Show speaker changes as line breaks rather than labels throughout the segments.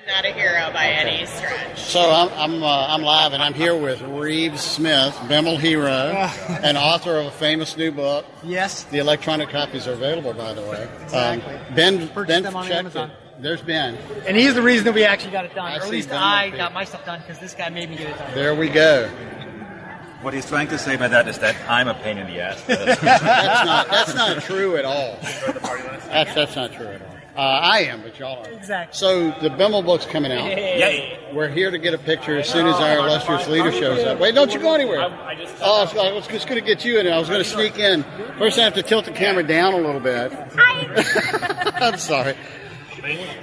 I'm not a hero by any stretch.
So I'm I'm, uh, I'm live, and I'm here with Reeves Smith, Bimble Hero, and author of a famous new book.
Yes.
The electronic copies are available, by the way. Um,
Exactly.
ben,
Purchase
ben
them on
checked
Amazon.
it. There's Ben.
And he's the reason that we actually got it done.
I
or at
see
least
Donald
I
Pete.
got my stuff done because this guy made me get it done.
There we go.
What he's trying to say by that is that I'm a pain in the ass.
That's not that's not true at all. That's that's not true at all. Uh, I am, but y'all are.
Exactly.
So the Bimble book's coming out.
Yay!
We're here to get a picture as soon as our illustrious leader shows up. Wait, don't you go anywhere. Oh, I was- I was just going to get you in. I was going to sneak in. First, I have to tilt the camera down a little bit. I'm sorry.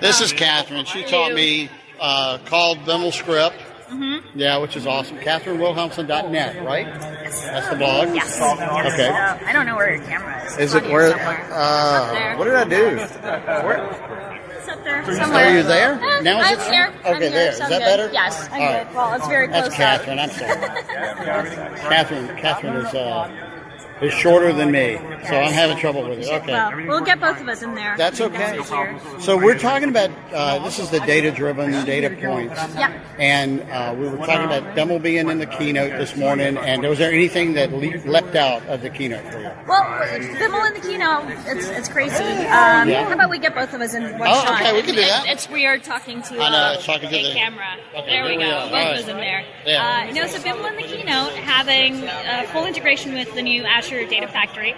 This is Catherine. She taught me uh, called Bimble script.
Mm-hmm.
Yeah, which is awesome. CatherineWilhelmson.net, right? That's the blog.
Yes.
Okay.
Uh, I don't know where your camera is. It's
Is it
on here
where?
somewhere. Up
Uh,
there.
what did I do?
It's up there
Are
somewhere.
you there?
Eh,
Now is
I'm
it?
here.
Okay,
I'm here,
there. Is
so I'm
that
good.
better?
Yes, I'm
All
good.
right.
Well, it's very close.
That's
up.
Catherine. I'm sorry. Catherine. Catherine is uh, is shorter than me, so I'm having trouble with it. Okay.
Well, we'll get both of us in there.
That's okay. So we're talking about uh, this is the data-driven data points,
Yeah.
and uh, we were talking about Bemmel being in the keynote this morning. And was there anything that le- leapt out of the keynote for you?
Well, them all in the keynote. It's it's crazy. Um,
Yeah.
How about we get both of us in one
Oh,
shot?
okay, we can do
It-
that.
It's weird talking to
I know,
uh,
it's talking to
a
the-
camera.
Okay,
there we
there we
go.
are.
Both
All right.
of us in there.
Yeah.
Uh, no, so Bimble in the keynote having uh, full integration with the new Azure Data Factory.